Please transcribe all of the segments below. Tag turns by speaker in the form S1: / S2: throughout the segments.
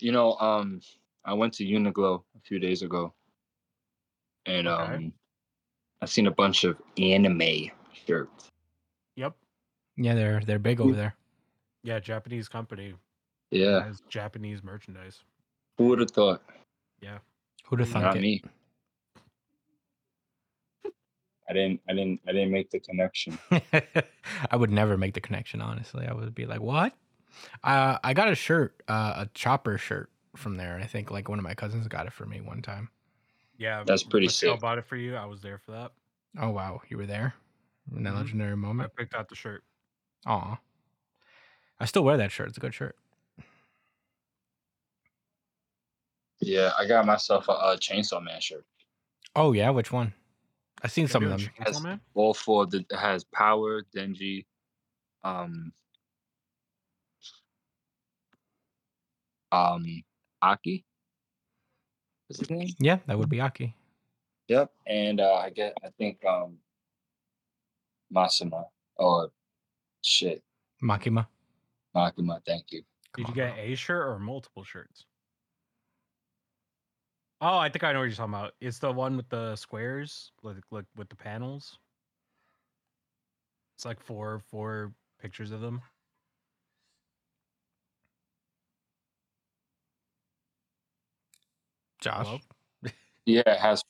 S1: you know, um, I went to Uniqlo a few days ago, and
S2: Okay.
S1: um, I've seen a bunch of anime shirts.
S2: Yep.
S3: Yeah, they're they're big
S1: Mm.
S3: over there.
S2: Yeah, Japanese company
S1: Yeah,
S2: has Japanese merchandise.
S1: who would have thought?
S3: Who'd have
S2: Mm.
S3: thunk
S1: Not
S3: it?
S1: me. I didn't. I didn't. I didn't make the connection.
S3: I would never make the connection, honestly. I would be like, what? Uh, I got a shirt, uh, a chopper shirt from there. I think like one of my cousins got it for me one time.
S2: Yeah, um,
S1: That's pretty
S2: Michelle
S1: sick.
S2: bought it for you. I was there for that.
S3: Oh, wow. You were there in that
S2: Mhm.
S3: legendary
S2: I
S3: moment.
S2: picked out the shirt.
S3: Aw. I still wear that shirt. It's a good shirt.
S1: Yeah, I got myself a, a Chainsaw Man shirt.
S3: Oh, yeah. Which one? I've seen
S2: You
S3: some of
S2: do a
S3: them.
S2: Chainsaw
S1: Has
S2: Man?
S1: all four. That has Power, Denji, um, um, Aki. What's his name?
S3: Yeah, that would be Aki.
S1: Yep. And uh, I get. I think um, Masuma or shit,
S3: Makima.
S1: Makima. Thank you.
S3: Come
S2: Did you
S3: on,
S2: get
S3: bro.
S2: a shirt or multiple shirts? Oh, I think I know what you're talking about. It's the one with the squares, like, like with the panels. It's like four four pictures of them.
S3: Josh?
S2: Hello?
S1: Yeah, it has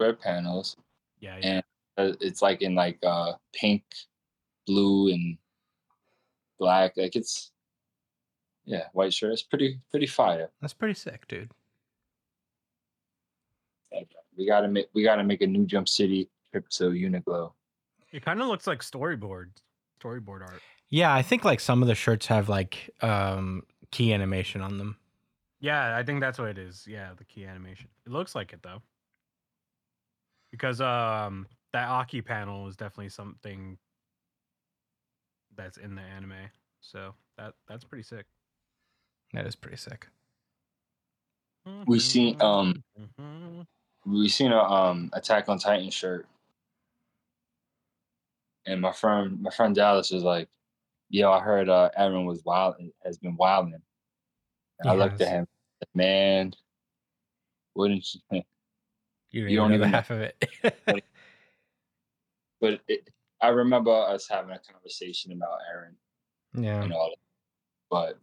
S1: red panels.
S2: Yeah,
S1: And-
S2: yeah.
S1: uh, it's like in like uh pink blue and black like it's yeah white shirt it's pretty pretty fire
S3: That's pretty sick, dude.
S1: Like, we gotta make we gotta make a new jump city trip to uniqlo
S2: It kind of looks like storyboard, storyboard art.
S3: Yeah, I think like some of the shirts have like um key animation on them.
S2: Yeah, I think that's what it is. Yeah, the key animation. It looks like it though. Because um that Aki panel is definitely something that's in the anime. So that that's pretty sick.
S3: That is pretty sick.
S1: We
S2: Mm-hmm. Mm.
S1: seen, um, we seen a um attack on titan shirt and my friend my friend dallas was like yo i heard uh aaron was wild has been wilding and i
S3: He
S1: looked at
S3: has.
S1: him man wouldn't you
S3: You,
S1: You
S3: don't
S1: don't
S3: know the
S1: even know.
S3: half of it.
S1: but it, I remember us having a conversation about Aaron
S3: yeah.
S1: and all that. But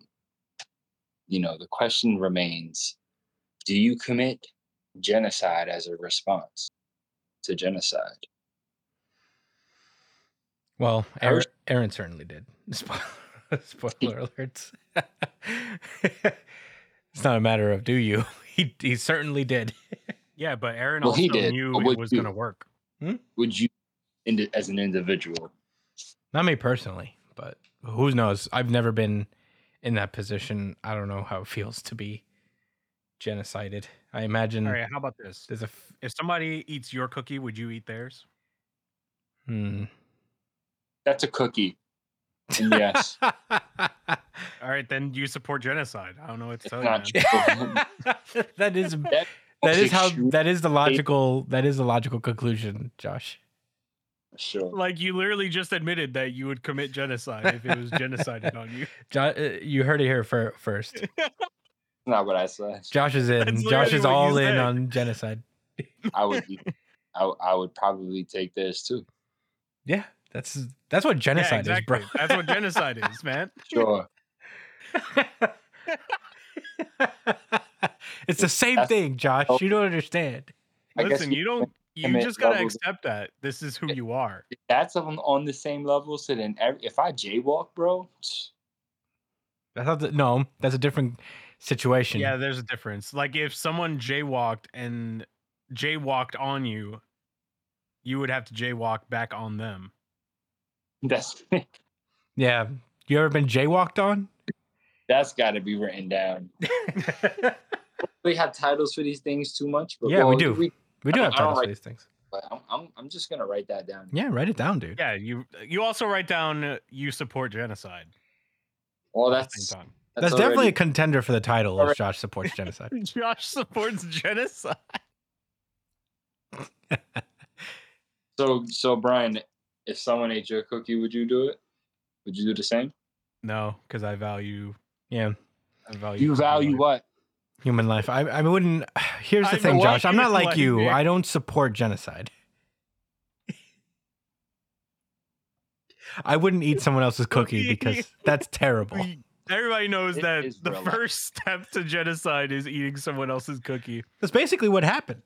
S1: you know, the question remains: Do you commit genocide as a response to genocide?
S3: Well,
S1: I
S3: Aaron,
S1: was-
S3: Aaron certainly did. Spoiler, spoiler alerts. it's not a matter of do you. He he certainly did.
S2: Yeah, but Aaron
S1: Well,
S2: also
S1: he did,
S2: knew
S1: but
S2: it
S1: would
S2: was
S1: you?
S2: gonna work.
S1: Would you, indi- as an individual,
S3: Not me personally, but who knows? I've never been in that position. I don't know how it feels to be genocided. I imagine
S2: All right, how about this?
S3: there's a f-
S2: If somebody eats your cookie, would you eat theirs?
S3: hmm.
S1: that's a cookie. And yes,
S2: All right, then you support genocide. I don't know what to
S1: It's
S2: tell you.
S1: not
S2: man.
S3: that is that is how that is the logical that is the logical conclusion, Josh.
S1: sure.
S2: Like you literally just admitted that you would commit genocide if it was genocided on you.
S3: Josh, uh, you heard it here fir- first.
S1: Not what I said.
S3: Josh is in.
S2: That's
S3: Josh
S2: literally
S3: is
S2: what you
S3: all in
S2: said.
S3: on genocide.
S1: I would. eat- I, w- I would probably take this too.
S3: Yeah, that's that's what genocide
S2: yeah, exactly.
S3: is,
S2: That's what genocide is, man.
S1: Sure.
S3: bro. it's the same
S1: That's-
S3: thing, Josh. You don't understand.
S1: I guess
S2: Listen,
S1: we
S2: you don't. You
S1: commit
S2: just gotta
S1: levels.
S2: accept that this is who you are.
S1: If that's on, on the same level. So then, every, if I jaywalk, bro,
S3: I thought that no, that's a different situation.
S2: Yeah, there's a difference. Like if someone jaywalked and jaywalked on you, you would have to jaywalk back on them.
S1: that's
S3: yeah. You ever been jaywalked on?
S1: that's got to be written down. We have titles for these things too much. But
S3: Yeah, we
S1: well,
S3: do. we do
S1: I don't-
S3: have
S1: I don't
S3: titles for
S1: like-
S3: these things.
S1: but I'm, I'm I'm just gonna write that down.
S3: Yeah, write it down, dude.
S2: Yeah, you you also write down uh, you support genocide.
S1: Well,
S2: at the
S1: that's
S2: same time.
S3: that's
S1: already-
S3: definitely a contender for the title if
S1: Alright.
S3: Josh supports genocide.
S2: Josh supports genocide.
S1: so so. Brian, if someone ate your cookie, would you do it? Would you do the same?
S2: No, because I value
S3: Yeah.
S2: I value
S1: You value what?
S3: Human life. I, I wouldn't. Here's the
S2: I'm
S3: thing,
S2: a
S3: Josh.
S2: white
S3: I'm not
S2: human
S3: like
S2: life,
S3: you.
S2: Nick.
S3: I don't support genocide. I wouldn't eat someone else's cookie because that's terrible.
S2: We- Everybody knows
S1: It
S2: that
S1: is
S2: the
S1: real life.
S2: first step to genocide is eating someone else's cookie.
S3: That's basically what happened.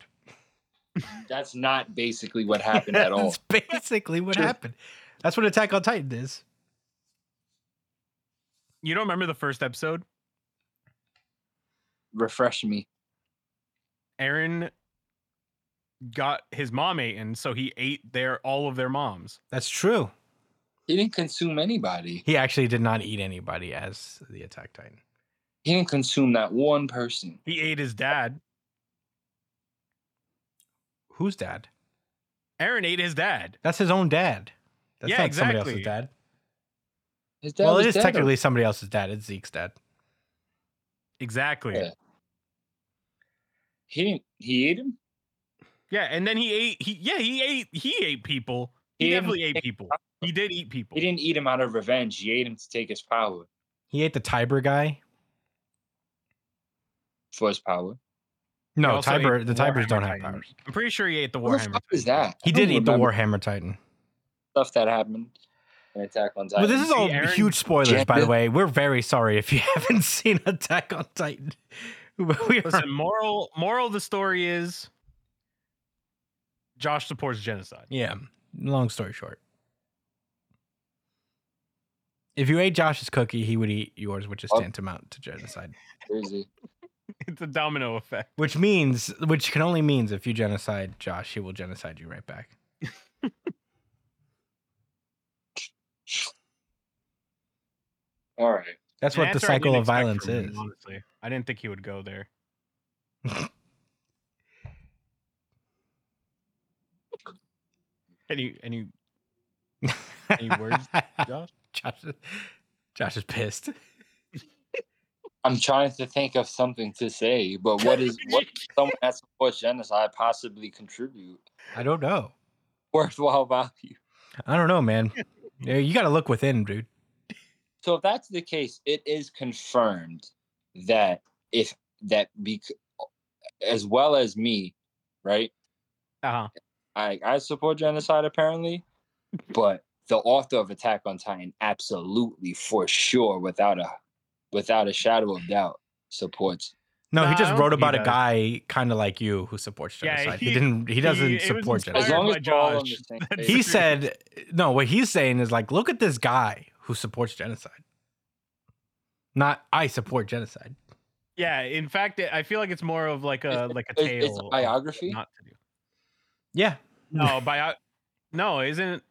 S1: That's not basically what happened at all.
S3: That's basically what
S1: Sure.
S3: happened. That's what Attack on Titan is.
S2: You don't remember the first episode?
S1: Refresh me.
S2: Aaron got his mom eaten, so he ate their all of their moms.
S3: That's true.
S1: He didn't consume anybody.
S3: He actually did not eat anybody as the Attack Titan.
S1: He didn't consume that one person.
S2: He ate his dad.
S3: Who's dad?
S2: Aaron ate his dad.
S3: That's his own dad. That's
S2: Yeah,
S3: not somebody else's
S2: exactly.
S3: dad.
S1: His dad
S3: well,
S1: was
S3: it is
S1: dead
S3: technically somebody else's dad. It's Zeke's dad.
S2: Exactly.
S1: Yeah.
S2: Yeah.
S1: He didn't. He ate him.
S2: and then he ate he yeah, he ate he ate people. He,
S1: He didn't
S2: definitely ate
S1: take
S2: people. He did eat people.
S1: He didn't eat him out of revenge. He ate him to take his power
S3: He ate the Tiber guy.
S1: for his power.
S2: He
S3: No,
S2: also
S3: Tiber.
S2: ate
S3: The Tibers
S2: Warhammer
S3: don't have
S2: Titan.
S3: powers.
S2: I'm pretty sure he ate the
S1: What
S2: Warhammer.
S1: the fuck is
S2: Titan.
S1: that?
S3: He
S1: I don't
S3: did eat the
S1: remember
S3: Warhammer Titan.
S1: stuff that happened in Attack on Titan.
S3: But this is all
S2: See, Aaron-
S3: huge spoilers, by the
S1: Gender-
S3: way. We're very sorry if you haven't seen Attack on Titan. We are
S2: Listen, moral moral of the story is Josh supports genocide.
S3: Yeah. Long story short. If you ate Josh's cookie, he would eat yours, which is
S1: Oh.
S3: tantamount to genocide.
S1: crazy.
S2: It's a domino effect.
S3: Which means, which can only means if you genocide Josh, he will genocide you right back.
S1: All right.
S3: That's
S2: And
S3: what the
S2: that's what I
S3: cycle
S2: didn't
S3: of
S2: expect
S3: violence
S2: from him,
S3: is.
S2: honestly, I didn't think he would go there. Any any Any words, Josh?
S3: Josh, Josh is pissed.
S1: I'm trying to think of something to say, but what is what can someone that supports genocide possibly contribute
S3: I don't know.
S1: worthwhile value?
S3: I don't know, man. Yeah, You got to look within, dude.
S1: So if that's the case, it is confirmed that if that be as well as me, right?
S2: Uh-huh.
S1: I I support genocide apparently, but the author of Attack on Titan absolutely for sure without a without a shadow of doubt supports
S3: No,
S2: Nah,
S3: he
S2: I
S3: just
S2: don't
S3: wrote
S2: think he
S3: about a
S2: does.
S3: guy kind of like you who supports
S2: Yeah,
S3: genocide. he,
S2: he-
S3: didn't. He doesn't
S2: it was
S3: support
S2: inspired
S3: genocide.
S1: as long
S2: by
S1: as we're all on the
S2: Josh.
S1: same
S2: That's
S1: page.
S3: he
S2: true.
S3: said no what he's saying is like look at this guy who supports genocide not i support genocide
S2: "Yeah." In fact, it, I feel like it's more of like a like
S1: it's,
S2: a tale.
S1: it's a
S2: of
S1: biography.
S2: Not to do.
S3: yeah
S2: No, bio. No, isn't.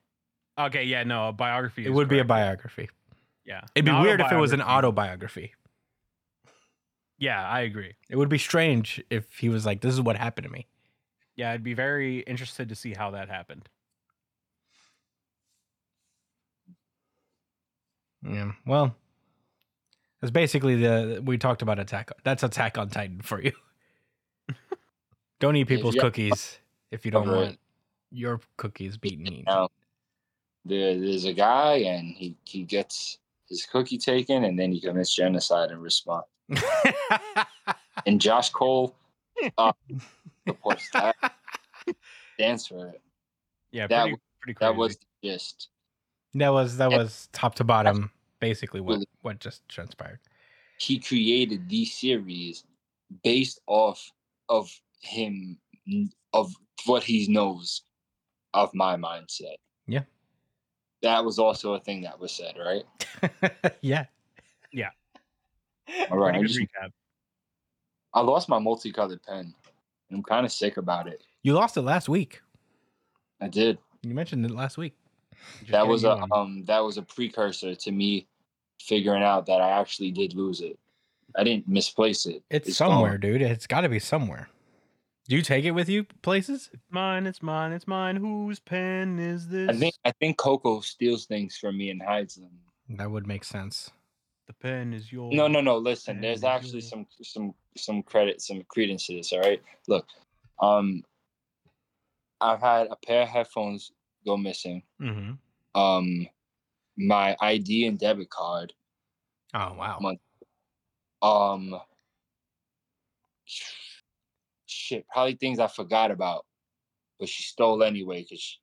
S2: Okay, yeah, no, a biography.
S3: it
S2: is
S3: would be a
S2: correct.
S3: biography
S2: Yeah,
S3: it'd be
S2: An
S3: weird if it was an
S2: autobiography.
S3: autobiography
S2: Yeah, I agree.
S3: it would be strange if he was like this is what happened to me
S2: Yeah, I'd be very interested to see how that happened.
S3: yeah well that's basically the we talked about attack that's attack on titan for you don't eat people's
S1: Yeah.
S3: cookies if you don't
S1: Cover it.
S3: want your cookies beaten eaten.
S1: Now, there, there's a guy, and he, he gets his cookie taken, and then he commits genocide in response. And Josh Cole uh, supports that. Stands for it.
S2: Yeah,
S1: That
S2: pretty,
S1: w-
S2: pretty crazy.
S1: That was the gist.
S3: That was that
S1: And-
S3: was top to bottom, basically what
S1: Really-
S3: what just transpired.
S1: He created these series based off of him, of what he knows of my mindset.
S3: Yeah.
S1: That was also a thing that was said, right?
S3: yeah.
S1: All right. I,
S2: pretty good
S1: just-
S2: recap.
S1: I lost my multicolored pen. I'm kind of sick about it.
S3: You lost it last week.
S1: I did.
S3: You mentioned it last week.
S1: that
S2: Just getting
S1: was
S2: you
S1: a
S2: on.
S1: um that was a precursor to me figuring out that I actually did lose it. I didn't misplace it.
S3: It's,
S1: gone.
S3: somewhere, dude. It's got to be somewhere. Do you take it with you places?
S2: mine. It's mine. It's mine. Whose pen is this?
S1: I think I think Coco steals things from me and hides them.
S3: That would make sense.
S2: the pen is yours.
S1: No, no, no. Listen, there's
S2: Yeah,
S1: actually
S2: yeah.
S1: some some some credit, some credence to this. All right, look, um, I've had a pair of headphones go missing.
S3: Mm-hmm.
S1: Um, my ID and debit card.
S3: Oh wow.
S1: Month. Um, shit, probably things I forgot about, but she stole anyway because she,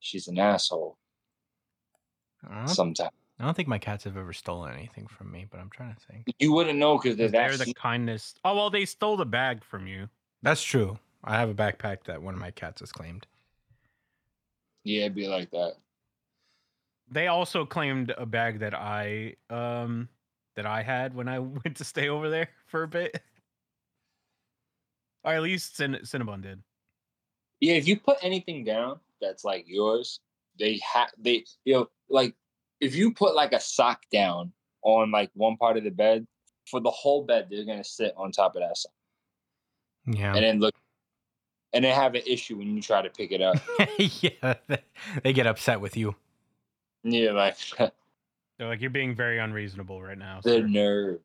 S1: she's an asshole
S3: I don't,
S1: sometimes.
S3: I don't think my cats have ever stolen anything from me, but I'm trying to think.
S1: You wouldn't know because
S2: They're
S1: there's that.
S2: the kindness. Oh well, they stole the bag from you.
S3: That's true. I have a backpack that one of my cats has claimed.
S1: yeah, it'd be like that.
S2: They also claimed a bag that I um that I had when I went to stay over there for a bit. Or at least Cin- Cinnabon did.
S1: Yeah, if you put anything down that's like yours, they have they you know like if you put like a sock down on like one part of the bed for the whole bed, they're gonna sit on top of that sock
S3: Yeah.
S1: and then look and then have an issue when you try to pick it up.
S3: yeah. they- They get upset with you.
S1: yeah, like
S2: They're like, you're being very unreasonable right now.
S1: the
S2: sir."
S1: nerve,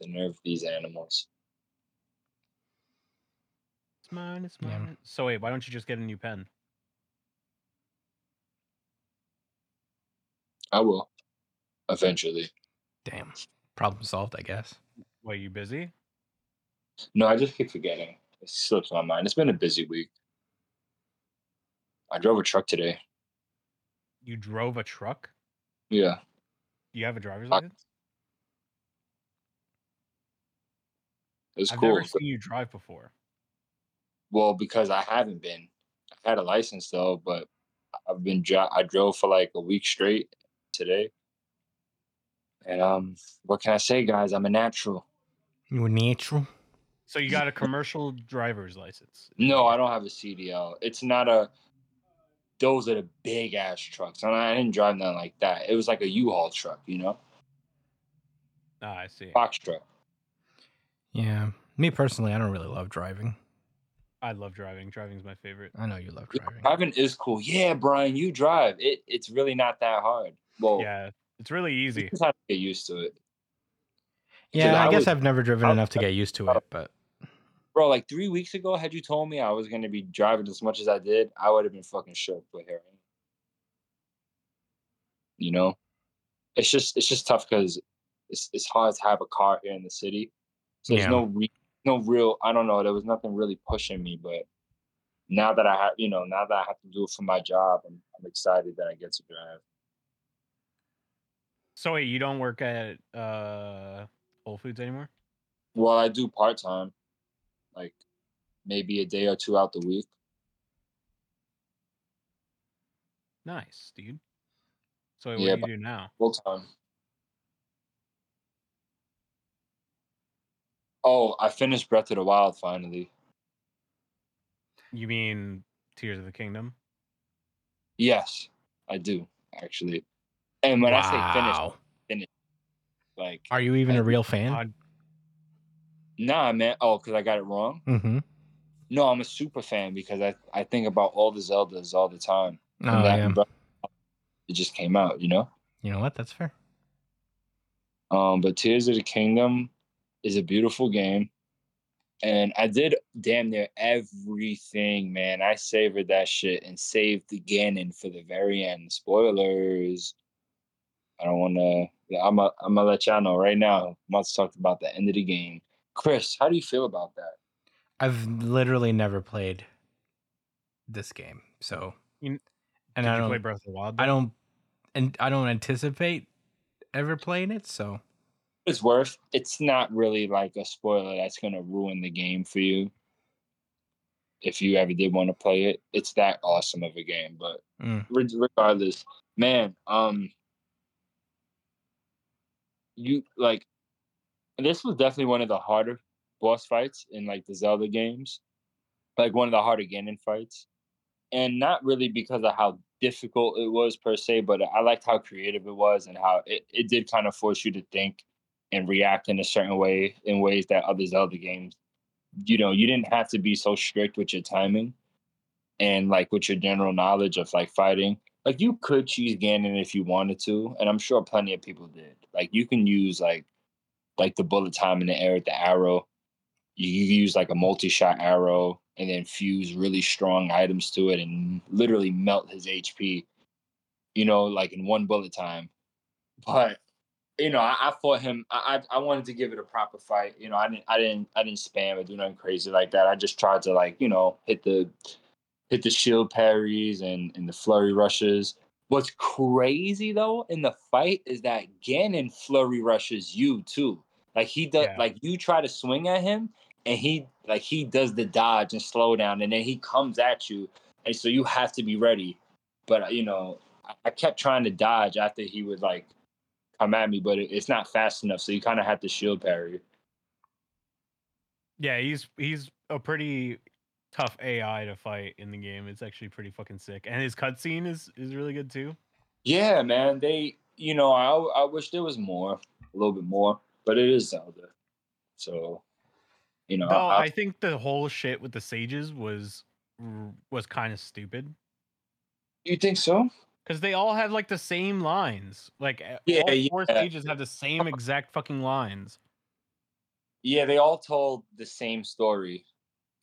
S1: the nerve of these animals.
S2: It's mine. It's
S3: Yeah.
S2: mine. So wait, why don't you just get a new pen?
S1: I will eventually.
S3: Damn. Problem solved, I guess.
S2: Why you busy?
S1: No, I just keep forgetting. It slips my mind. It's been a busy week. I drove a truck today.
S2: You drove a truck.
S1: Yeah.
S2: You have a driver's
S1: I-
S2: license.
S1: It's
S2: I've
S1: cool.
S2: never seen you drive before.
S1: well, because I haven't been. I had a license though, but I've been dri- I drove for like a week straight today. And um, what can I say, guys? I'm a natural.
S3: You were natural.
S2: So you got a commercial driver's license.
S1: No, I don't have a CDL. It's not a. Those are the big ass trucks, and I didn't drive nothing like that. It was like a U-Haul truck, you know,
S2: Ah, I see.
S1: box truck.
S3: Yeah. Me personally, I don't really love driving.
S2: I love driving. Driving's my favorite.
S3: I know you love driving.
S1: Driving is cool. Yeah, Brian, you drive. It it's really not that hard. Well, yeah,
S2: Yeah, it's really
S1: you
S2: easy.
S1: just have to get used to it, Dude,
S3: Yeah, I
S1: I
S3: guess
S1: was-
S3: I've never driven
S1: I-
S3: enough to get used to it, but
S1: bro. Like three weeks ago, had you told me I was gonna be driving as much as I did, I would have been fucking shook. But here, I am. you know, it's just it's just tough because it's it's hard to have a car here in the city. So there's
S3: Yeah.
S1: no re- no real. I don't know. There was nothing really pushing me, but now that I have, you know, now that I have to do it for my job, I'm, I'm excited that I get to drive.
S2: So wait, you don't work at uh Whole Foods anymore?
S1: Well, I do part time, like maybe a day or two out the week.
S2: Nice, dude. So wait,
S1: Yeah,
S2: what do
S1: but-
S2: you do now?
S1: full time. Oh, I finished Breath of the Wild finally.
S2: You mean Tears of the Kingdom?
S1: Yes, I do actually. And when I say finished, like
S3: Are you even a real fan?
S2: Pod-
S1: nah, man. Oh, because I got it wrong.
S3: Mm-hmm.
S1: No, I'm a super fan because I I think about all the Zeldas all the time. And
S3: Oh,
S1: that
S3: yeah.
S1: Breath- it just came out, you know.
S3: You know what? That's fair.
S1: Um, but Tears of the Kingdom is a beautiful game. And I did damn near everything, man. I savored that shit and saved the Ganon for the very end. Spoilers. I don't wanna I'm a, I'm gonna let y'all know right now. Must talk about the end of the game. Chris, how do you feel about that?
S3: I've literally never played this game, so
S2: You-
S3: and
S2: Did
S3: I
S2: you play
S3: don't,
S2: Breath of the Wild?
S3: I
S2: though?
S3: don't, and I don't anticipate ever playing it. So
S1: It's worth it's not really like a spoiler that's gonna ruin the game for you. If you ever did want to play it, it's that awesome of a game, but
S3: mm.
S1: Reg- regardless, man, um, you like this was definitely one of the harder boss fights in like the Zelda games, like one of the harder Ganon fights, and not really because of how difficult it was per se, but I liked how creative it was and how it, it did kind of force you to think and react in a certain way in ways that other Zelda games, you know, you didn't have to be so strict with your timing and like with your general knowledge of like fighting, like you could choose Ganon if you wanted to, and I'm sure plenty of people did. Like you can use like like the bullet time in the air with the arrow. You you use like a multi-shot arrow and then fuse really strong items to it and literally melt his HP, you know, like in one bullet time. But you know, I, I fought him. I, I I wanted to give it a proper fight. You know, I didn't I didn't I didn't spam or do nothing crazy like that. I just tried to like you know hit the hit the shield parries and and the flurry rushes. What's crazy though in the fight is that Ganon flurry rushes you too. Like he does.
S2: Yeah.
S1: Like you try to swing at him, and he like he does the dodge and slow down, and then he comes at you, and so you have to be ready. But uh, you know, I, I kept trying to dodge after he would like come at me, but it, it's not fast enough, so you kind of have to shield parry.
S2: Yeah, he's he's a pretty tough AI to fight in the game. It's actually pretty fucking sick, and his cutscene is is really good too.
S1: Yeah, man. They, you know, I I wish there was more, a little bit more, but it is Zelda, so you know,
S2: No,
S1: I-
S2: I think the whole shit with the sages was r- was kind of stupid
S1: you think so?
S2: because they all had like the same lines. Like e-
S1: Yeah,
S2: all four
S1: yeah.
S2: sages have the same exact fucking lines.
S1: Yeah, they all told the same story.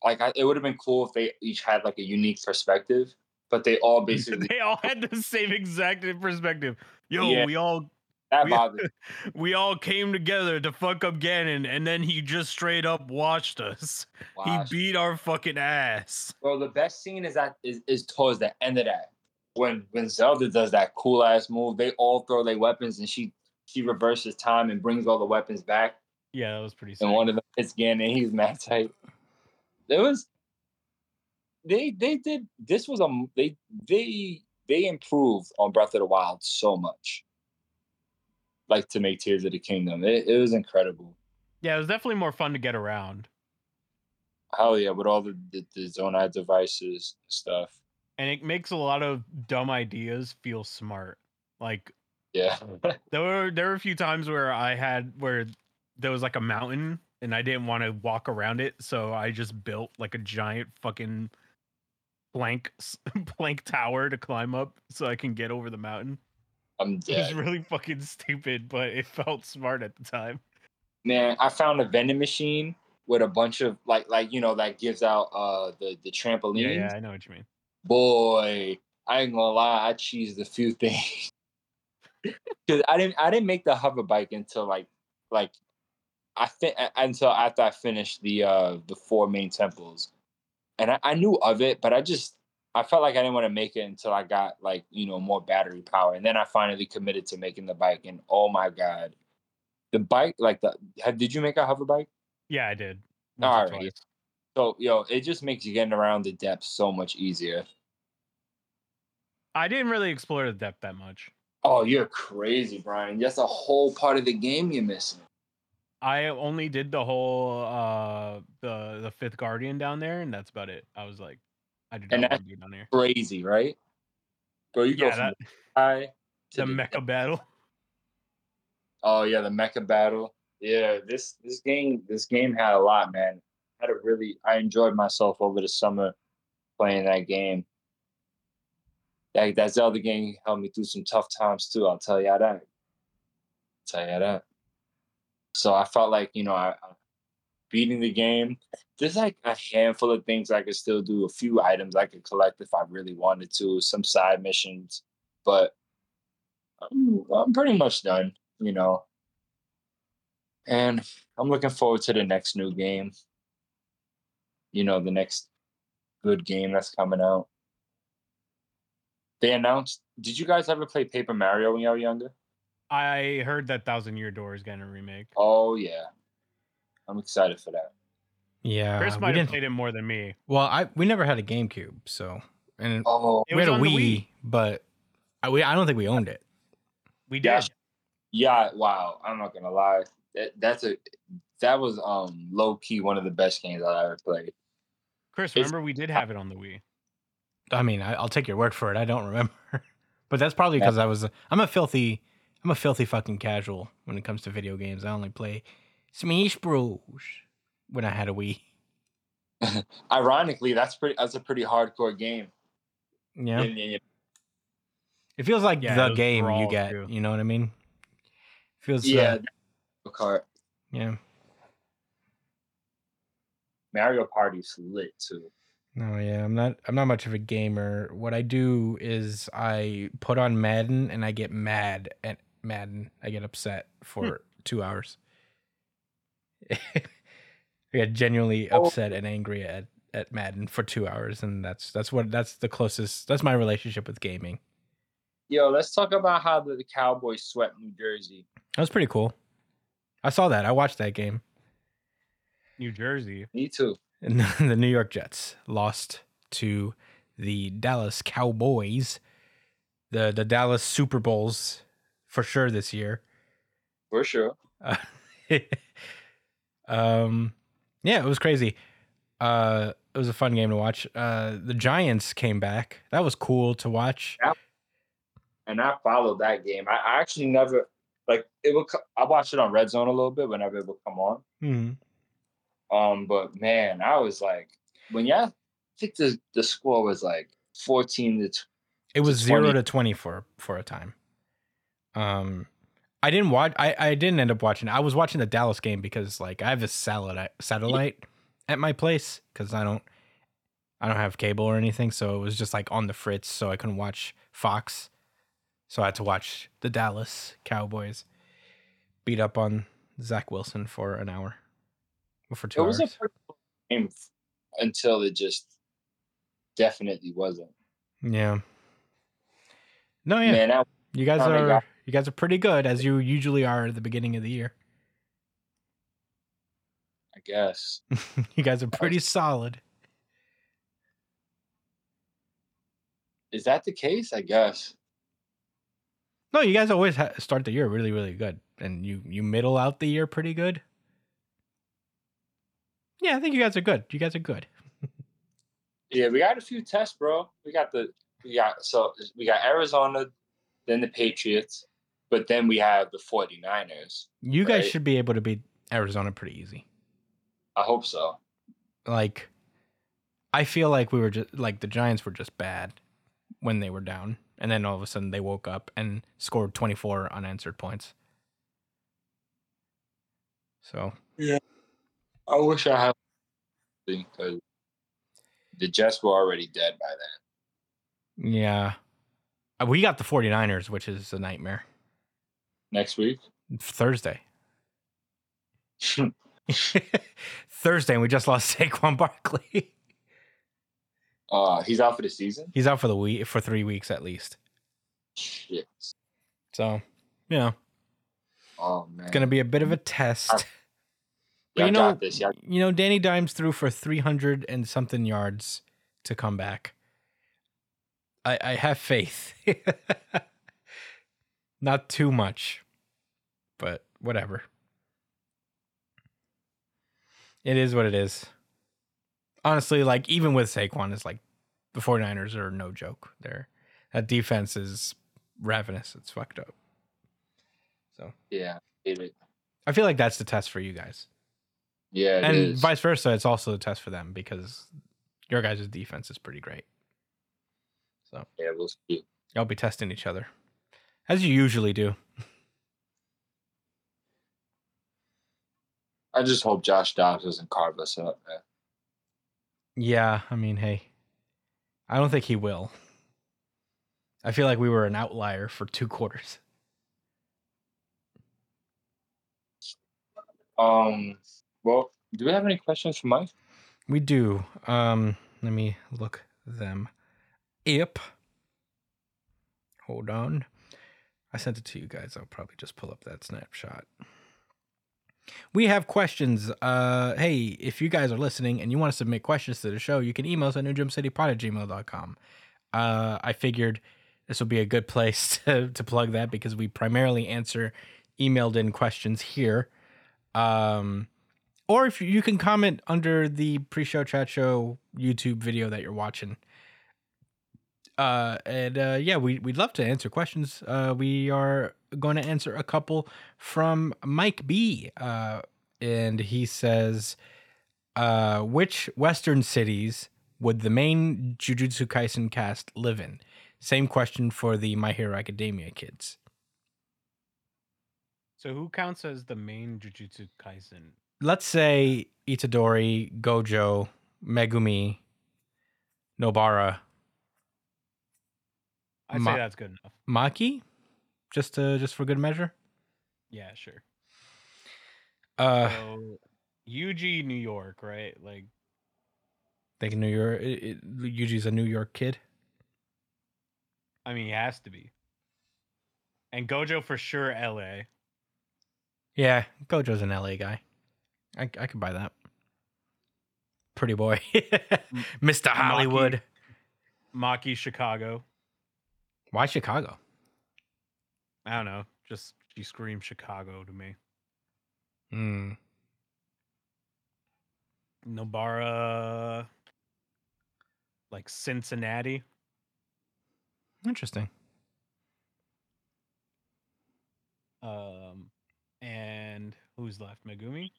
S1: Like, I, it would have been cool if they each had like a unique perspective, but they all basically
S2: They all had the same exact perspective. Yo,
S1: Yeah.
S2: we all
S1: that
S2: we-
S1: bothered. me.
S2: we all came together to fuck up Ganon, and then he just straight up watched us.
S1: Wow,
S2: He beat our fucking ass.
S1: Bro, the best scene is that is, is towards the end of that when when Zelda does that cool ass move. They all throw their weapons, and she she reverses time and brings all the weapons back.
S2: Yeah, that was pretty. Sick.
S1: And one of them hits Ganon. He's mad tight. There was they they did this was a m- they they they improved on Breath of the Wild so much. Like to make Tears of the Kingdom, it, it was incredible.
S2: yeah, it was definitely more fun to get around,
S1: Hell yeah, with all the the, the Zonai devices and stuff.
S2: and it makes a lot of dumb ideas feel smart. Like
S1: Yeah,
S2: there were there were a few times where I had where there was like a mountain and I didn't want to walk around it, so I just built like a giant fucking plank s- plank tower to climb up so I can get over the mountain.
S1: I'm
S2: It was
S1: dead.
S2: really fucking stupid, but it felt smart at the time.
S1: Man, I found a vending machine with a bunch of like like you know that gives out uh the the trampolines.
S2: Yeah, yeah, I know what you mean.
S1: boy, I ain't gonna lie, I cheesed a few things. Cause I didn't I didn't make the hover bike until like like I fin- uh, until after I finished the uh the four main temples. And I, I knew of it, but I just I felt like I didn't want to make it until I got like, you know, more battery power. And then I finally committed to making the bike and oh my god. The bike, like the have, did you make a hover bike?
S2: Yeah, I did.
S1: All
S2: once or
S1: right.
S2: twice.
S1: So yo, it just makes you getting around the depth so much easier.
S2: I didn't really explore the depth that much.
S1: Oh, you're crazy, Brian. That's a whole part of the game you're missing.
S2: I only did the whole uh the the fifth guardian down there, and that's about it. I was like, I do
S1: And
S2: not
S1: that-
S2: want to be down here.
S1: Crazy, right? Bro, you go
S2: Yeah,
S1: from
S2: that,
S1: the high to
S2: the
S1: the
S2: mecha battle.
S1: Oh yeah, the mecha battle. Yeah, this this game this game had a lot, man. Had a really I enjoyed myself over the summer playing that game. That that Zelda game helped me through some tough times too. I'll tell y'all that. Tell y'all that. So I felt like you know I, I beating the game. There's like a handful of things I could still do. A few items I could collect if I really wanted to. Some side missions, but I'm, I'm pretty much done. You know, and I'm looking forward to the next new game. You know, the next good game that's coming out. They announced. Did you guys ever play Paper Mario when you were younger?
S2: I heard that Thousand Year Door is getting a remake.
S1: Oh yeah, I'm excited for that.
S3: Yeah,
S2: Chris
S3: we
S2: might have
S3: didn't.
S2: played it more than me.
S3: Well, I we never had a GameCube, so and
S1: Oh
S2: It
S3: we
S2: was
S3: had a
S2: on the
S3: Wii,
S2: Wii.
S3: but I, we I don't think we owned it.
S2: We did.
S1: Yeah. yeah, wow. I'm not gonna lie. That, that's a that was um low key one of the best games I ever played.
S2: Chris,
S1: It's-
S2: remember we
S3: uh,
S2: did have it on the Wii.
S3: I mean, I, I'll take your word for it. I don't remember, but that's probably because I was I'm a filthy I'm a filthy fucking casual when it comes to video games. I only play Smash Bros. when I had a Wii.
S1: Ironically, that's pretty. That's a pretty hardcore game.
S3: Yeah,
S1: And- and-
S3: it feels like
S2: Yeah,
S3: the
S2: those
S3: game you
S2: brawls,
S3: get.
S2: too.
S3: You know what I mean? Feels yeah,
S1: yeah, Kart.
S3: yeah.
S1: Mario Party's lit too.
S3: No, yeah, I'm not. I'm not much of a gamer. What I do is I put on Madden and I get mad at Madden. I get upset for two hours. I got genuinely
S1: Oh.
S3: upset and angry at, at Madden for two hours, and that's that's what that's the closest. That's my relationship with gaming.
S1: Yo, let's talk about how the, the Cowboys swept New Jersey.
S3: That was pretty cool. I saw that. I watched that game.
S2: New Jersey.
S1: Me too.
S3: And the New York Jets lost to the Dallas Cowboys, the the Dallas Super Bowls for sure this year.
S1: For sure.
S3: Uh, um, yeah, it was crazy. Uh, it was a fun game to watch. Uh, the Giants came back. That was cool to watch.
S1: And I followed that game. I, I actually never like it would co- I watched it on Red Zone a little bit whenever it would come on.
S3: Hmm.
S1: Um, but man, I was like when y'all I think the the score was like 14 to tw-
S3: It was
S1: To
S3: zero
S1: 20.
S3: to twenty for for a time. Um, I didn't watch. I, I didn't end up watching. I was watching the Dallas game because like I have a satellite satellite at my place because I don't I don't have cable or anything, so it was just like on the fritz, so I couldn't watch Fox, so I had to watch the Dallas Cowboys beat up on Zach Wilson for an hour, Well, for two
S1: it was a
S3: hours.
S1: pretty cool game f- until it just definitely wasn't.
S3: yeah. No, Oh, yeah.
S1: Man, that
S3: You guys
S1: Oh my
S3: are
S1: God.
S3: you guys are pretty good as you usually are at the beginning of the year.
S1: I guess.
S3: you guys are pretty solid.
S1: Is that the case? I guess.
S3: No, you guys always ha- start the year really really good and you you middle out the year pretty good. Yeah, I think you guys are good. You guys are good.
S1: Yeah, we got a few tests, bro. We got the we got so we got Arizona, then the Patriots, but then we have the 49ers.
S3: You guys
S1: Right.
S3: should be able to beat Arizona pretty easy.
S1: I hope so.
S3: Like I feel like we were just like the Giants were just bad when they were down and then all of a sudden they woke up and scored 24 unanswered points. So,
S1: I wish I had because the Jets were already dead by then.
S3: Yeah. Uh, We got the 49ers, which is a nightmare.
S1: Next week.
S3: Thursday. Thursday, and we just lost Saquon Barkley.
S1: uh he's out for the season.
S3: He's out for the week for three weeks at least.
S1: Shit.
S3: So, you know,
S1: Oh man.
S3: it's gonna be a bit of a test.
S1: Y'all
S3: you know-
S1: got this. Y'all,
S3: You know, Danny Dimes threw for three hundred and something yards to come back. I, I have faith. Not too much, but whatever. It is what it is. Honestly, like even with Saquon, it's like the 49ers are no joke. There, that defense is ravenous. It's fucked up. So
S1: yeah. hate it.
S3: I feel like that's the test for you guys
S1: Yeah, it
S3: and
S1: is.
S3: vice versa, it's also a test for them because your guys' defense is pretty great. So
S1: yeah, we'll see.
S3: y'all be testing each other as you usually do.
S1: I just hope Josh Dobbs doesn't carve us up, man.
S3: Yeah, I mean, hey, I don't think he will. I feel like we were an outlier for two quarters.
S1: Um well, do we have any questions for Mike?
S3: We do. Um, let me look them. Yep. Hold on. I sent it to you guys. I'll probably just pull up that snapshot. We have questions. Uh, hey, if you guys are listening and you want to submit questions to the show, you can email us at newdrumcitypod at gmail.com. Uh, I figured this would be a good place to, to plug that because we primarily answer emailed in questions here. Um, or if you- you can comment under the pre-show chat show YouTube video that you're watching. Uh, and uh, yeah, we we'd love to answer questions. Uh, we are going to answer a couple from Mike B. Uh, and he says, uh, which Western cities would the main Jujutsu Kaisen cast live in? Same question for the My Hero Academia kids.
S2: So who counts as the main Jujutsu Kaisen?
S3: let's say Itadori, Gojo, Megumi, Nobara,
S2: I'd
S3: Ma-
S2: say that's good enough.
S3: Maki. just to just for good measure.
S2: Yeah, sure.
S3: Uh,
S2: So, UG New York, right? Like,
S3: think New York. It, it, Yuji's a New York kid.
S2: I mean, he has to be. And Gojo for sure, LA.
S3: Yeah, Gojo's an LA guy. I I could buy that. Pretty boy, Mister Hollywood.
S2: Maki, Chicago.
S3: Why Chicago?
S2: I don't know. Just she screamed Chicago to me.
S3: Hmm.
S2: Nobara, like Cincinnati.
S3: Interesting.
S2: Um, and who's left? Megumi?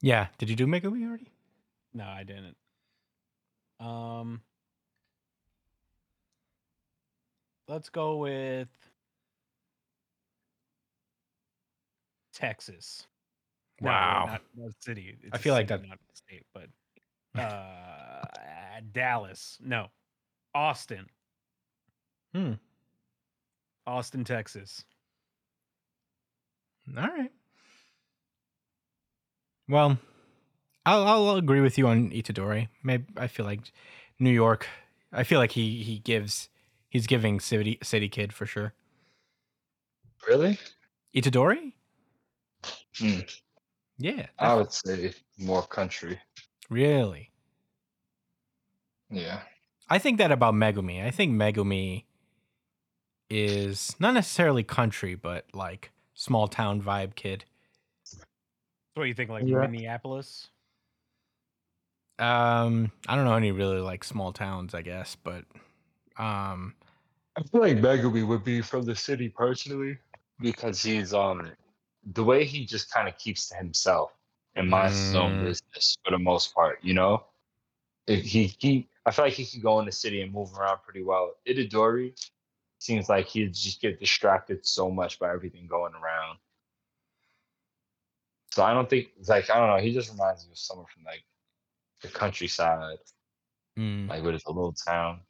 S3: Yeah. Did you do Megumi already?
S2: No, I didn't. Um, let's go with Texas. No, wait,
S3: Wow.
S2: not, not a city. It's
S3: I
S2: a
S3: feel like
S2: city,
S3: that-
S2: not a state, but uh, Dallas. No, Austin.
S3: Hmm.
S2: Austin, Texas.
S3: All right. Well, I'll, I'll agree with you on Itadori. Maybe I feel like New York. I feel like he he gives he's giving city city kid for sure.
S1: Really?
S3: Itadori.
S1: Hmm.
S3: Yeah.
S1: I would say more country.
S3: Really.
S1: Yeah.
S3: I think that about Megumi. I think Megumi is not necessarily country, but like small town vibe kid.
S2: So what do you think? Like
S1: Yeah.
S2: Minneapolis?
S3: Um, I don't know any really like small towns, I guess, but um,
S1: I feel like Megumi would be from the city personally because he's um the way he just kind of keeps to himself and minds his own
S3: Mm.
S1: business for the most part, you know. If he he I feel like he could go in the city and move around pretty well. Itadori seems like he'd just get distracted so much by everything going around. So I don't think like I don't know, he just reminds me of someone from like the countryside,
S3: mm.
S1: like with a little town.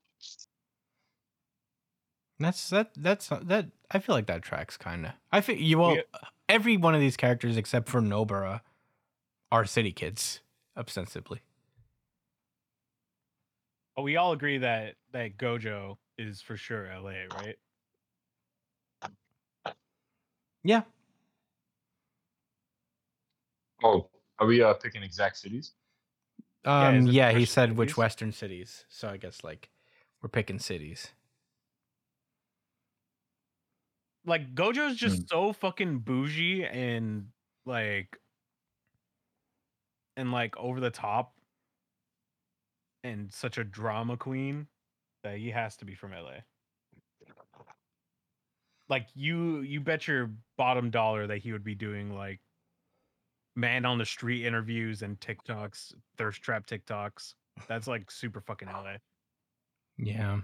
S3: That's that. That's that. I feel like that tracks kind of. I feel you all.
S2: Yeah.
S3: Every one of these characters, except for Nobara, are city kids, ostensibly.
S2: Oh, we all agree that that Gojo is for sure LA, right?
S3: Yeah.
S1: Oh, are we uh, picking exact cities?
S2: is
S3: Um.
S2: it
S3: Yeah. he
S2: Western
S3: said which
S2: cities?
S3: Western cities. So I guess like we're picking cities.
S2: Like Gojo's just so fucking bougie and like and like over the top and such a drama queen that he has to be from LA. Like you you bet your bottom dollar that he would be doing like man on the street interviews and TikToks, thirst trap TikToks. That's like super fucking LA.
S3: Yeah.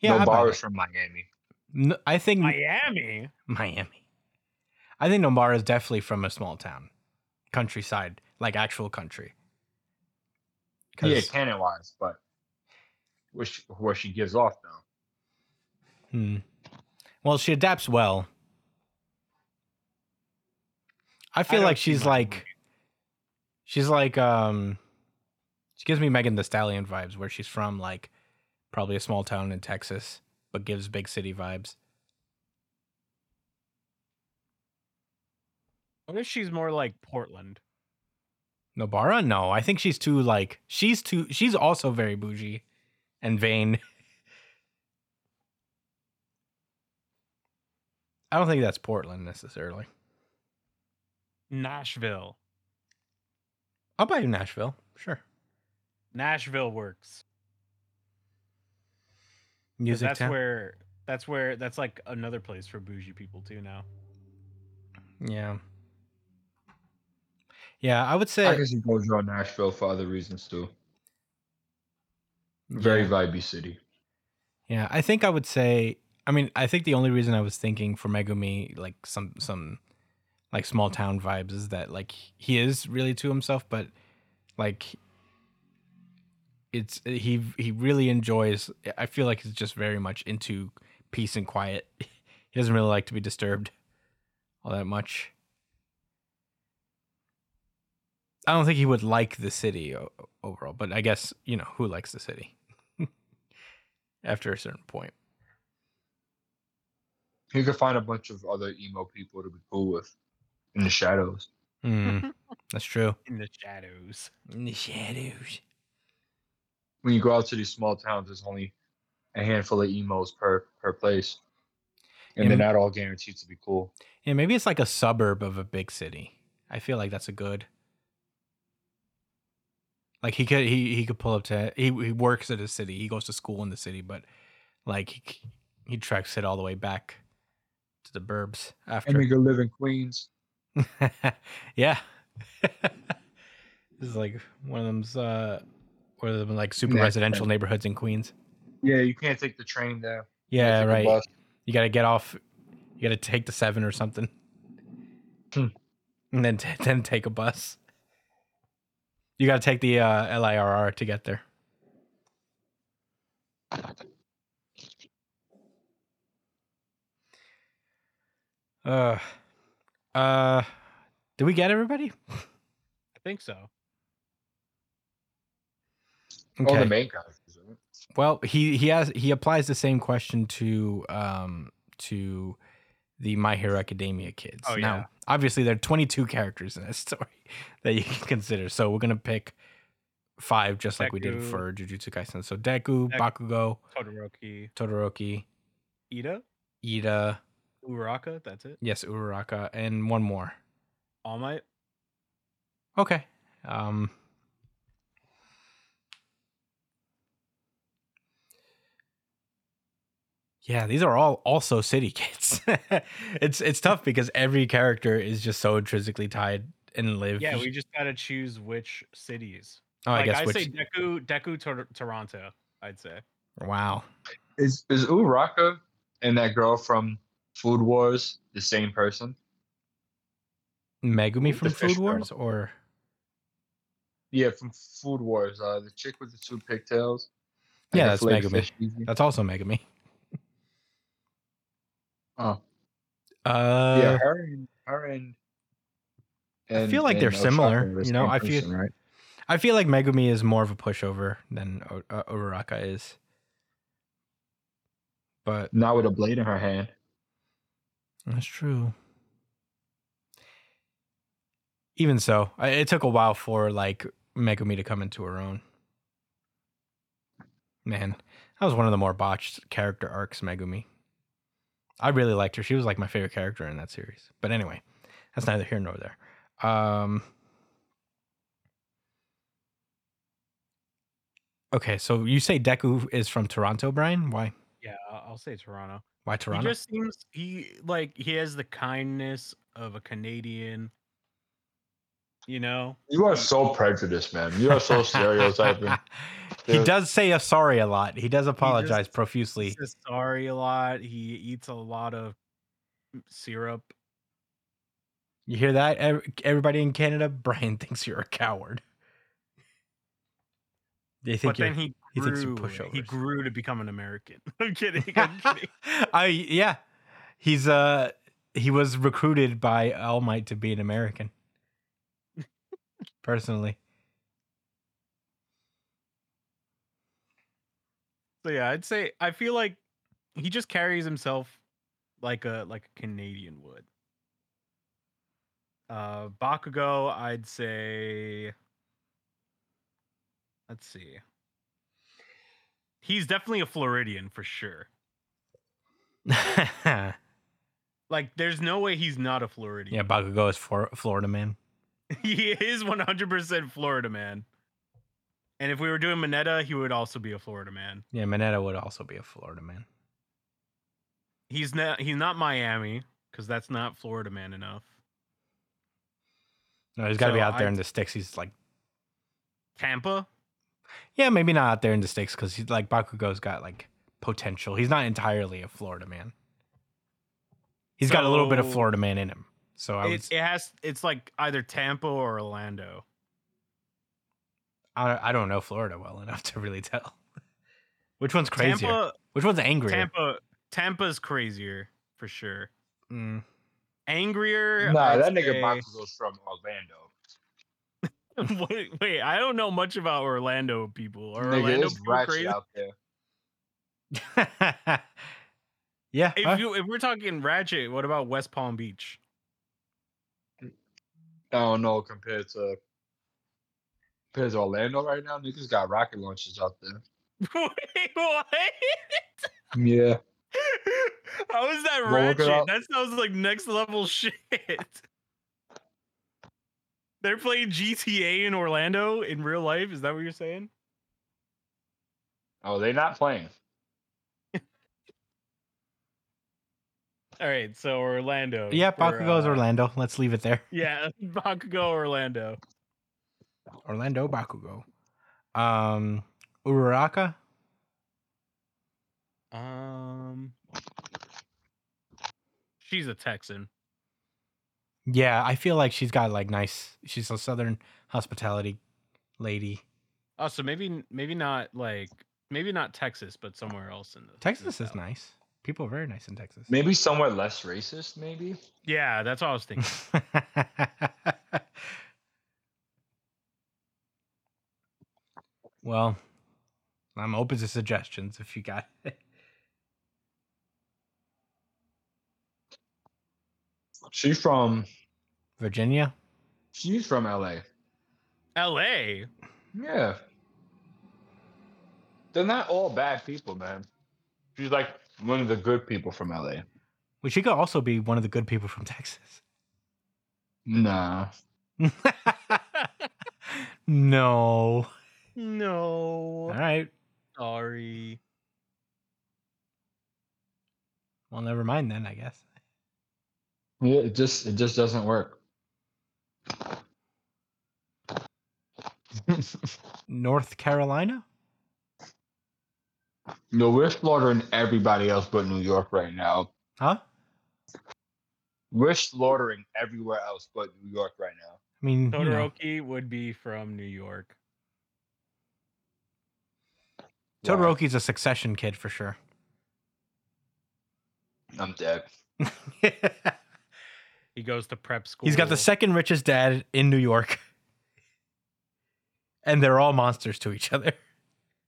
S3: Yeah. I,
S1: no
S3: buy
S1: bar is
S3: it.
S1: from Miami.
S3: No, I think
S2: Miami.
S3: Miami. I think Nobara is definitely from a small town, countryside, like actual country. 'Cause-
S1: Yeah, canon wise, but which where she gives off though.
S3: Hmm. Well, she adapts well. I feel
S2: don't
S3: like
S2: see
S3: she's
S2: my
S3: like
S2: movie.
S3: she's like um she gives me Megan the Stallion vibes where she's from like probably a small town in Texas but gives big city vibes.
S2: What if she's more like Portland?
S3: Nobara? No, I think she's too like she's too she's also very bougie and vain. I don't think that's Portland necessarily.
S2: Nashville.
S3: I'll buy you Nashville. Sure.
S2: Nashville works. 'cause
S3: Music
S2: that's
S3: town.
S2: where that's where that's like another place for bougie people too now.
S3: Yeah. Yeah, I would say
S1: I guess you go draw Nashville for other reasons too. Very
S3: yeah.
S1: vibey city.
S3: Yeah, I think I would say I mean, I think the only reason I was thinking for Megumi like some some like small town vibes is that like he is really to himself, but like it's he he really enjoys I feel like he's just very much into peace and quiet. He doesn't really like to be disturbed all that much. I don't think he would like the city o- overall, but I guess, you know, who likes the city? After a certain point.
S1: You could find a bunch of other emo people to be cool with in the shadows.
S3: Hmm, that's true.
S2: in the shadows.
S3: In the shadows.
S1: When you go out to these small towns, there's only a handful of emos per per place, and
S3: Yeah.
S1: they're not all guaranteed to be cool.
S3: Yeah, maybe it's like a suburb of a big city. I feel like that's a good. Like he could he he could pull up to he he works at a city. He goes to school in the city, but like he c- he treks it all the way back to the burbs
S1: And
S3: after.
S1: you could live in Queens.
S3: yeah. this is like one of them's uh one of them like super
S1: Yeah.
S3: residential neighborhoods in Queens.
S1: Yeah, you can't take the train there. You can't
S3: Yeah,
S1: take the
S3: right.
S1: bus.
S3: You gotta get off. You gotta take the seven or something,
S1: Hmm.
S3: and then t- then take a bus. You gotta take the uh, LIRR to get there. Uh, uh, did we get everybody?
S2: I think so.
S1: Oh, the main characters. isn't it?
S3: Well, he he has he applies the same question to um to the My Hero Academia kids.
S2: Oh, yeah.
S3: Now, obviously there are 22 characters in this story that you can consider. So we're going to pick five just like we did
S2: Deku.
S3: for Jujutsu Kaisen. So Deku,
S2: Dek-
S3: Bakugo,
S2: Todoroki,
S3: Todoroki,
S2: Ida,
S3: Ida,
S2: Uraka. That's it.
S3: yes, Uraraka, and one more.
S2: All Might.
S3: Okay. Um Yeah, these are all also city kids. it's it's tough because every character is just so intrinsically tied and live.
S2: Yeah, we just gotta choose which cities.
S3: oh, I
S2: like
S3: guess
S2: I
S3: which
S2: say, Deku, Deku, Tor- Toronto. I'd say.
S3: wow.
S1: Is is Uraka and that girl from Food Wars the same person? The
S3: Megumi from
S1: fish
S3: Food
S1: girl.
S3: Wars or
S1: Yeah, from Food Wars. Uh, the chick with the two pigtails.
S3: Yeah,
S1: the
S3: that's
S1: filleted
S3: Megumi.
S1: fish eating.
S3: that's also Megumi.
S1: Oh.
S3: Uh
S1: yeah, her and her and.
S3: I feel like they're
S1: Osaka
S3: similar,
S1: are the
S3: you know,
S1: same
S3: I feel-
S1: person, right.
S3: I feel like Megumi is more of a pushover than o- uh, Uraraka is. But
S1: Not with a blade in her hand.
S3: That's true. Even so, I- it took a while for like Megumi to come into her own. Man, that was one of the more botched character arcs, Megumi. I really liked her. She was like my favorite character in that series. But anyway, that's neither here nor there. Um Okay, so you say Deku is from Toronto, Brian? Why?
S2: Yeah, I- I'll say Toronto.
S3: Why Toronto?
S2: He just seems he like he has the kindness of a Canadian. You know,
S1: You are so prejudiced, man. You are so stereotyping.
S3: he
S1: Yeah.
S3: does say a sorry a lot. He does apologize
S2: he
S3: profusely.
S2: says sorry a lot. He eats a lot of mm, syrup.
S3: You hear that? Ev- Everybody in Canada, Brian thinks you're a coward. They think
S2: But
S3: you're.
S2: then he
S3: he
S2: grew,
S3: thinks you're
S2: He
S3: pushovers.
S2: grew to become an American. I'm kidding. I'm kidding.
S3: I yeah, he's uh he was recruited by All Might to be an American. Personally,
S2: So yeah, I'd say I feel like he just carries himself like a like a Canadian would. Uh Bakugo, I'd say let's see. He's definitely a Floridian for sure.
S3: yeah,
S2: Like there's no way he's not a Floridian.
S3: Bakugo is for Florida man.
S2: he is 100% Florida man. And if we were doing Mineta, he would also be a Florida man.
S3: Yeah, Mineta would also be a Florida man.
S2: He's not he's not Miami cuz that's not Florida man enough.
S3: No, he's got to be
S2: So
S3: out there
S2: I-
S3: in the sticks. He's like.
S2: Tampa?
S3: Yeah, maybe not out there in the sticks because he's like Bakugo's got like potential. He's not entirely a Florida man. He's got a little bit of
S2: So-
S3: Florida man in him. So I would,
S2: It, it has. It's like either Tampa or Orlando.
S3: I, I don't know Florida well enough to really tell. Which one's crazier?
S2: Tampa,
S3: Which one's angrier?
S2: Tampa, Tampa's crazier for sure.
S3: Mm.
S2: Angrier.
S1: Nah,
S2: I'd
S1: that nigga
S2: say-
S1: Boxes was from Orlando.
S2: wait, wait, I don't know much about Orlando people. Are
S1: nigga,
S2: Orlando
S1: it's
S2: people
S1: ratchet
S2: crazy?
S1: out there.
S3: yeah. uh, huh?
S2: If you if we're talking ratchet, what about West Palm Beach?
S1: I don't know compared to compared to Orlando right now. Niggas got rocket launchers out there.
S2: wait, what?
S1: Yeah,
S2: How is that
S1: Go look it
S2: ratchet?
S1: up.
S2: That sounds like next level shit. They're playing GTA in Orlando in real life. Is that what you're saying?
S1: Oh, they not playing.
S2: All right, so Orlando.
S3: yeah,
S2: for,
S3: Bakugo's
S2: uh,
S3: Orlando. Let's leave it there.
S2: Yeah, Bakugo Orlando.
S3: Orlando Bakugo. Um Uraraka.
S2: Um, she's a Texan.
S3: Yeah, I feel like she's got like nice she's a southern hospitality lady.
S2: Oh, so maybe maybe not like maybe not Texas, but somewhere else in the in the
S3: Texas is
S2: South.
S3: nice. People are very nice in Texas.
S1: Maybe somewhere less racist. Maybe.
S2: Yeah, that's what I was thinking.
S3: well, I'm open to suggestions if you got it.
S1: She's from
S3: Virginia.
S1: she's from LA.
S2: L.A.
S1: Yeah. They're not all bad people, man. She's like one of the good people from LA.
S3: Well, she could also be one of the good people from Texas.
S1: Nah.
S3: no.
S2: No,
S3: All right.
S2: sorry.
S3: Well, never mind then, I guess.
S1: Yeah, it just it just doesn't work.
S3: North Carolina?
S1: no, we're slaughtering everybody else but New York right now.
S3: Huh?
S1: We're slaughtering everywhere else but New York right now.
S3: I mean, you know,
S2: Todoroki would be from New York.
S1: Wow,
S3: Todoroki's a succession kid for sure.
S1: I'm dead.
S2: He goes to prep school.
S3: He's got the second richest dad in New York. And they're all monsters to each other.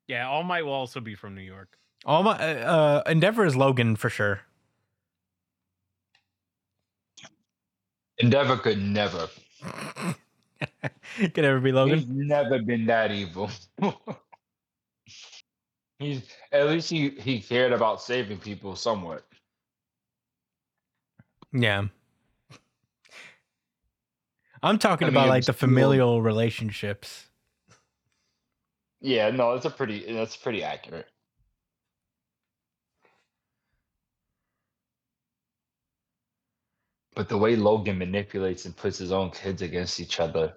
S2: Yeah, All Might will also be from New York.
S3: All my uh, uh, Endeavor is Logan for sure.
S1: Endeavor could never.
S3: Could ever be Logan.
S1: He's never been that evil. He's at least he, he cared about saving people somewhat.
S3: Yeah. I'm talking
S1: I mean,
S3: about
S1: it
S3: like
S1: was
S3: the
S1: cool.
S3: familial relationships.
S1: Yeah, no, that's a pretty that's pretty accurate. But the way Logan manipulates and puts his own kids against each other,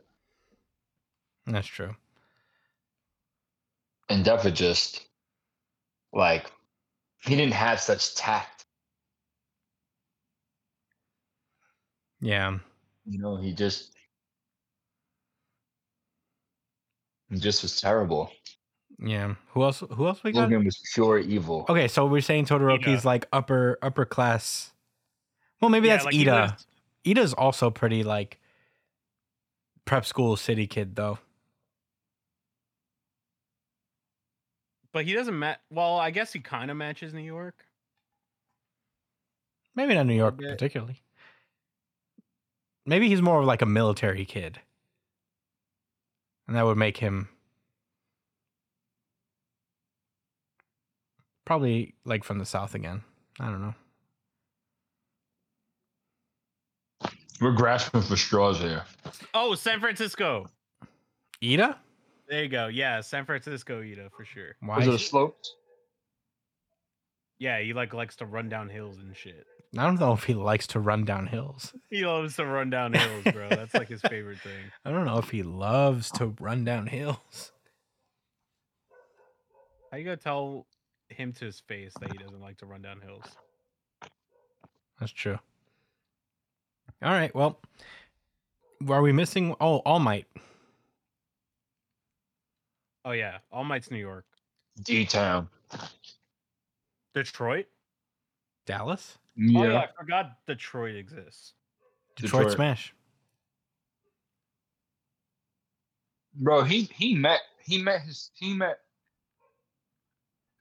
S3: That's true.
S1: Endeavor just like he didn't have such tact.
S3: Yeah.
S1: You know, he just he just was terrible.
S3: Yeah. Who else who else we got?
S1: Logan was pure evil.
S3: Okay, so we're saying Todoroki's
S2: Ida.
S3: like upper upper class. Well, maybe
S2: Yeah,
S3: that's
S2: like, he
S3: Ida.
S2: lives-
S3: Ida's also pretty like prep school city kid though.
S2: but he doesn't match. Well, I guess he kind of matches New York.
S3: Maybe not New York
S2: bit.
S3: particularly. Maybe he's more of like a military kid. And that would make him probably like from the south again. I don't know.
S1: We're grasping for straws here.
S2: Oh, San Francisco.
S3: Ida?
S2: There you go. Yeah, San Francisco Ida for sure.
S3: Why?
S1: Was it a
S3: is-
S1: slope?
S2: Yeah, he like likes to run down hills and shit.
S3: I don't know if he likes to run down hills.
S2: He loves to run down hills, bro. That's like his favorite thing.
S3: I don't know if he loves to run down hills.
S2: How you gonna tell him to his face that he doesn't like to run down hills?
S3: That's true. All right. Well, are we missing? Oh, All Might.
S2: Oh yeah, All Might's New York,
S1: D Town.
S2: Detroit.
S3: Dallas?
S2: Oh yeah, I forgot Detroit exists.
S3: Detroit,
S1: Detroit.
S3: Smash.
S1: bro. He he met he met his he met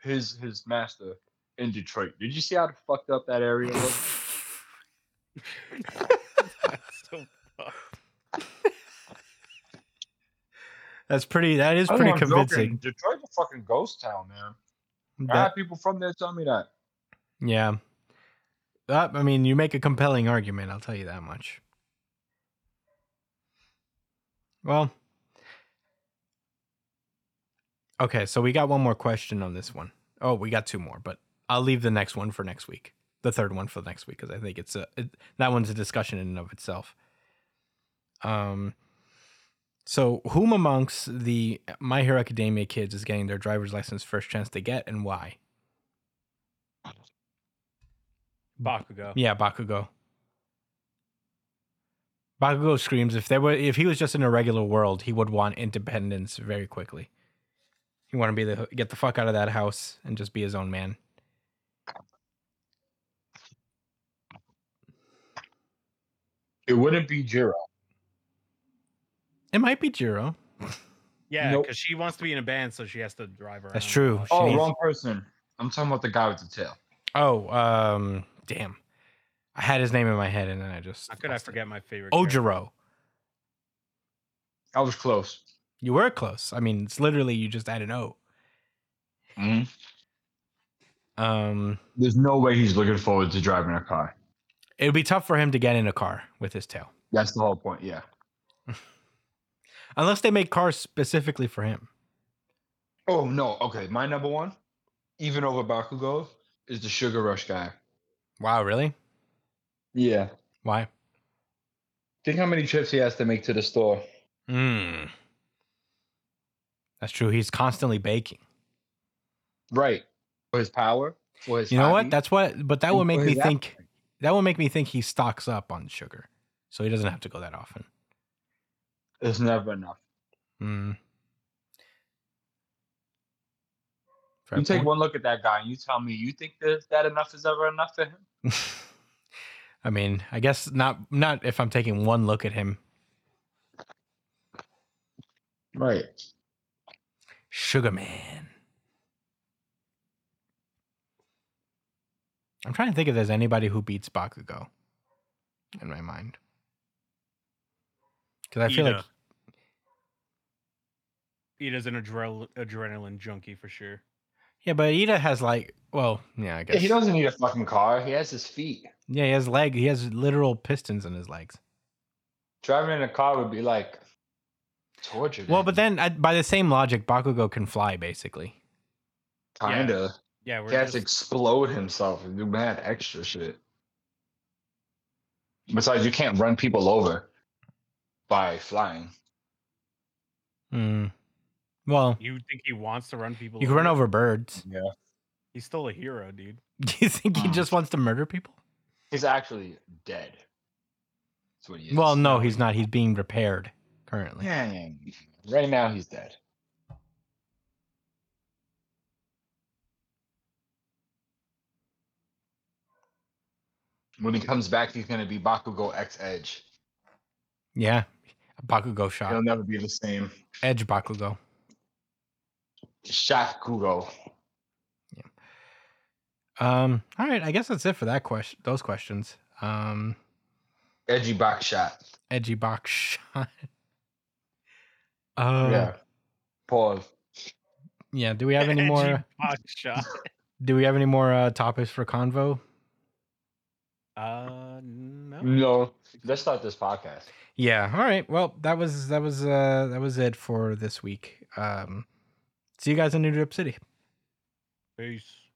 S1: his his master in Detroit. Did you see how fucked up that area was?
S4: So fucked.
S3: That's pretty. That is
S1: I know
S3: pretty
S1: I'm joking.
S3: convincing.
S1: Detroit's a fucking ghost town, man. I
S3: That-
S1: had people from there tell me that.
S3: yeah. That- I mean, you make a compelling argument. I'll tell you that much. Well. Okay, so we got one more question on this one. Oh, we got two more, but I'll leave the next one for next week. The third one for next week because I think it's a it, that one's a discussion in and of itself. Um, so whom amongst the My Hero Academia kids is getting their driver's license first chance they get, and why?
S2: Bakugo.
S3: Yeah, Bakugo. Bakugo screams if there were if he was just in a regular world, he would want independence very quickly. He want to be the get the fuck out of that house and just be his own man.
S1: It wouldn't be Jiro.
S3: It might be Jiro.
S2: Yeah,
S1: Nope.
S2: because she wants to be in a band, so she has to drive around.
S3: That's true.
S2: while she-
S1: Oh,
S3: Jeez.
S1: wrong person. I'm talking about the guy with the tail.
S3: Oh, um, damn. I had his name in my head and then I just
S2: How could I
S3: lost it.
S2: forget my favorite?
S3: Oh,
S2: character?
S3: Ojiro.
S1: I was close.
S3: You were close. I mean, it's literally you just add an O.
S1: Mhm.
S3: Um,
S1: There's no way he's looking forward to driving a car.
S3: it would be tough for him to get in a car with his tail,
S1: That's the whole point. Yeah.
S3: unless they make cars specifically for him.
S1: Oh no. Okay, my number one, even over Bakugo, is the Sugar Rush guy.
S3: Wow, really?
S1: Yeah.
S3: Why?
S1: Think how many trips he has to make to the store.
S3: Mm. That's true. He's constantly baking.
S1: Right. For his power. For his
S3: You know what?
S1: hobby.
S3: That's what. But that would
S1: And
S3: make
S1: for
S3: me
S1: his
S3: think.
S1: appetite.
S3: That would make me think he stocks up on sugar, so he doesn't have to go that often.
S1: It's never enough.
S3: Mm. Fair
S1: you take
S3: point.
S1: one look at that guy and you tell me you think that that enough is ever enough for him.
S3: I mean, I guess not. Not if I'm taking one look at him.
S1: Right.
S3: Sugar Man. I'm trying to think if there's anybody who beats Bakugo in my mind. Because I feel
S2: Ida.
S3: like
S2: Ida's an adrenal- adrenaline junkie for sure.
S3: yeah, but Ida has like well, yeah, I guess.
S1: he doesn't need a fucking car. He has his feet.
S3: Yeah, he has leg. He has literal pistons in his legs.
S1: Driving in a car would be like torture.
S3: Well,
S1: man.
S3: but then I, by the same logic, Bakugo can fly basically.
S1: kinda
S2: Yeah, we're
S1: he has
S2: just,
S1: to explode himself and do mad extra shit. Besides, you can't run people over by flying.
S3: Hmm. Well,
S2: you think he wants to run people?
S3: you can run over birds.
S1: Yeah,
S2: He's still a hero, dude.
S3: Do you think he
S1: Mm.
S3: just wants to murder people?
S1: he's actually dead. That's what he is.
S3: Well, no, he's not. He's being repaired currently.
S1: Yeah, yeah, yeah. right now he's dead. When he comes back, he's gonna be Bakugo X Edge.
S3: Yeah. Bakugo shot.
S1: He'll never be the same.
S3: Edge Bakugo.
S1: Shakugo.
S3: Um, all right, I guess that's it for that question those questions. Um
S1: Edgy box shot.
S3: Edgy box shot. Uh,
S1: yeah.
S3: yeah.
S1: Pause.
S3: yeah. Do we have any
S2: Edgy
S3: more
S2: pot shot.
S3: do we have any more uh topics for convo?
S2: Uh, no.
S1: No, let's start this podcast.
S3: Yeah. All right. Well, that was that was uh that was it for this week. Um see you guys in New Drip City.
S2: Peace.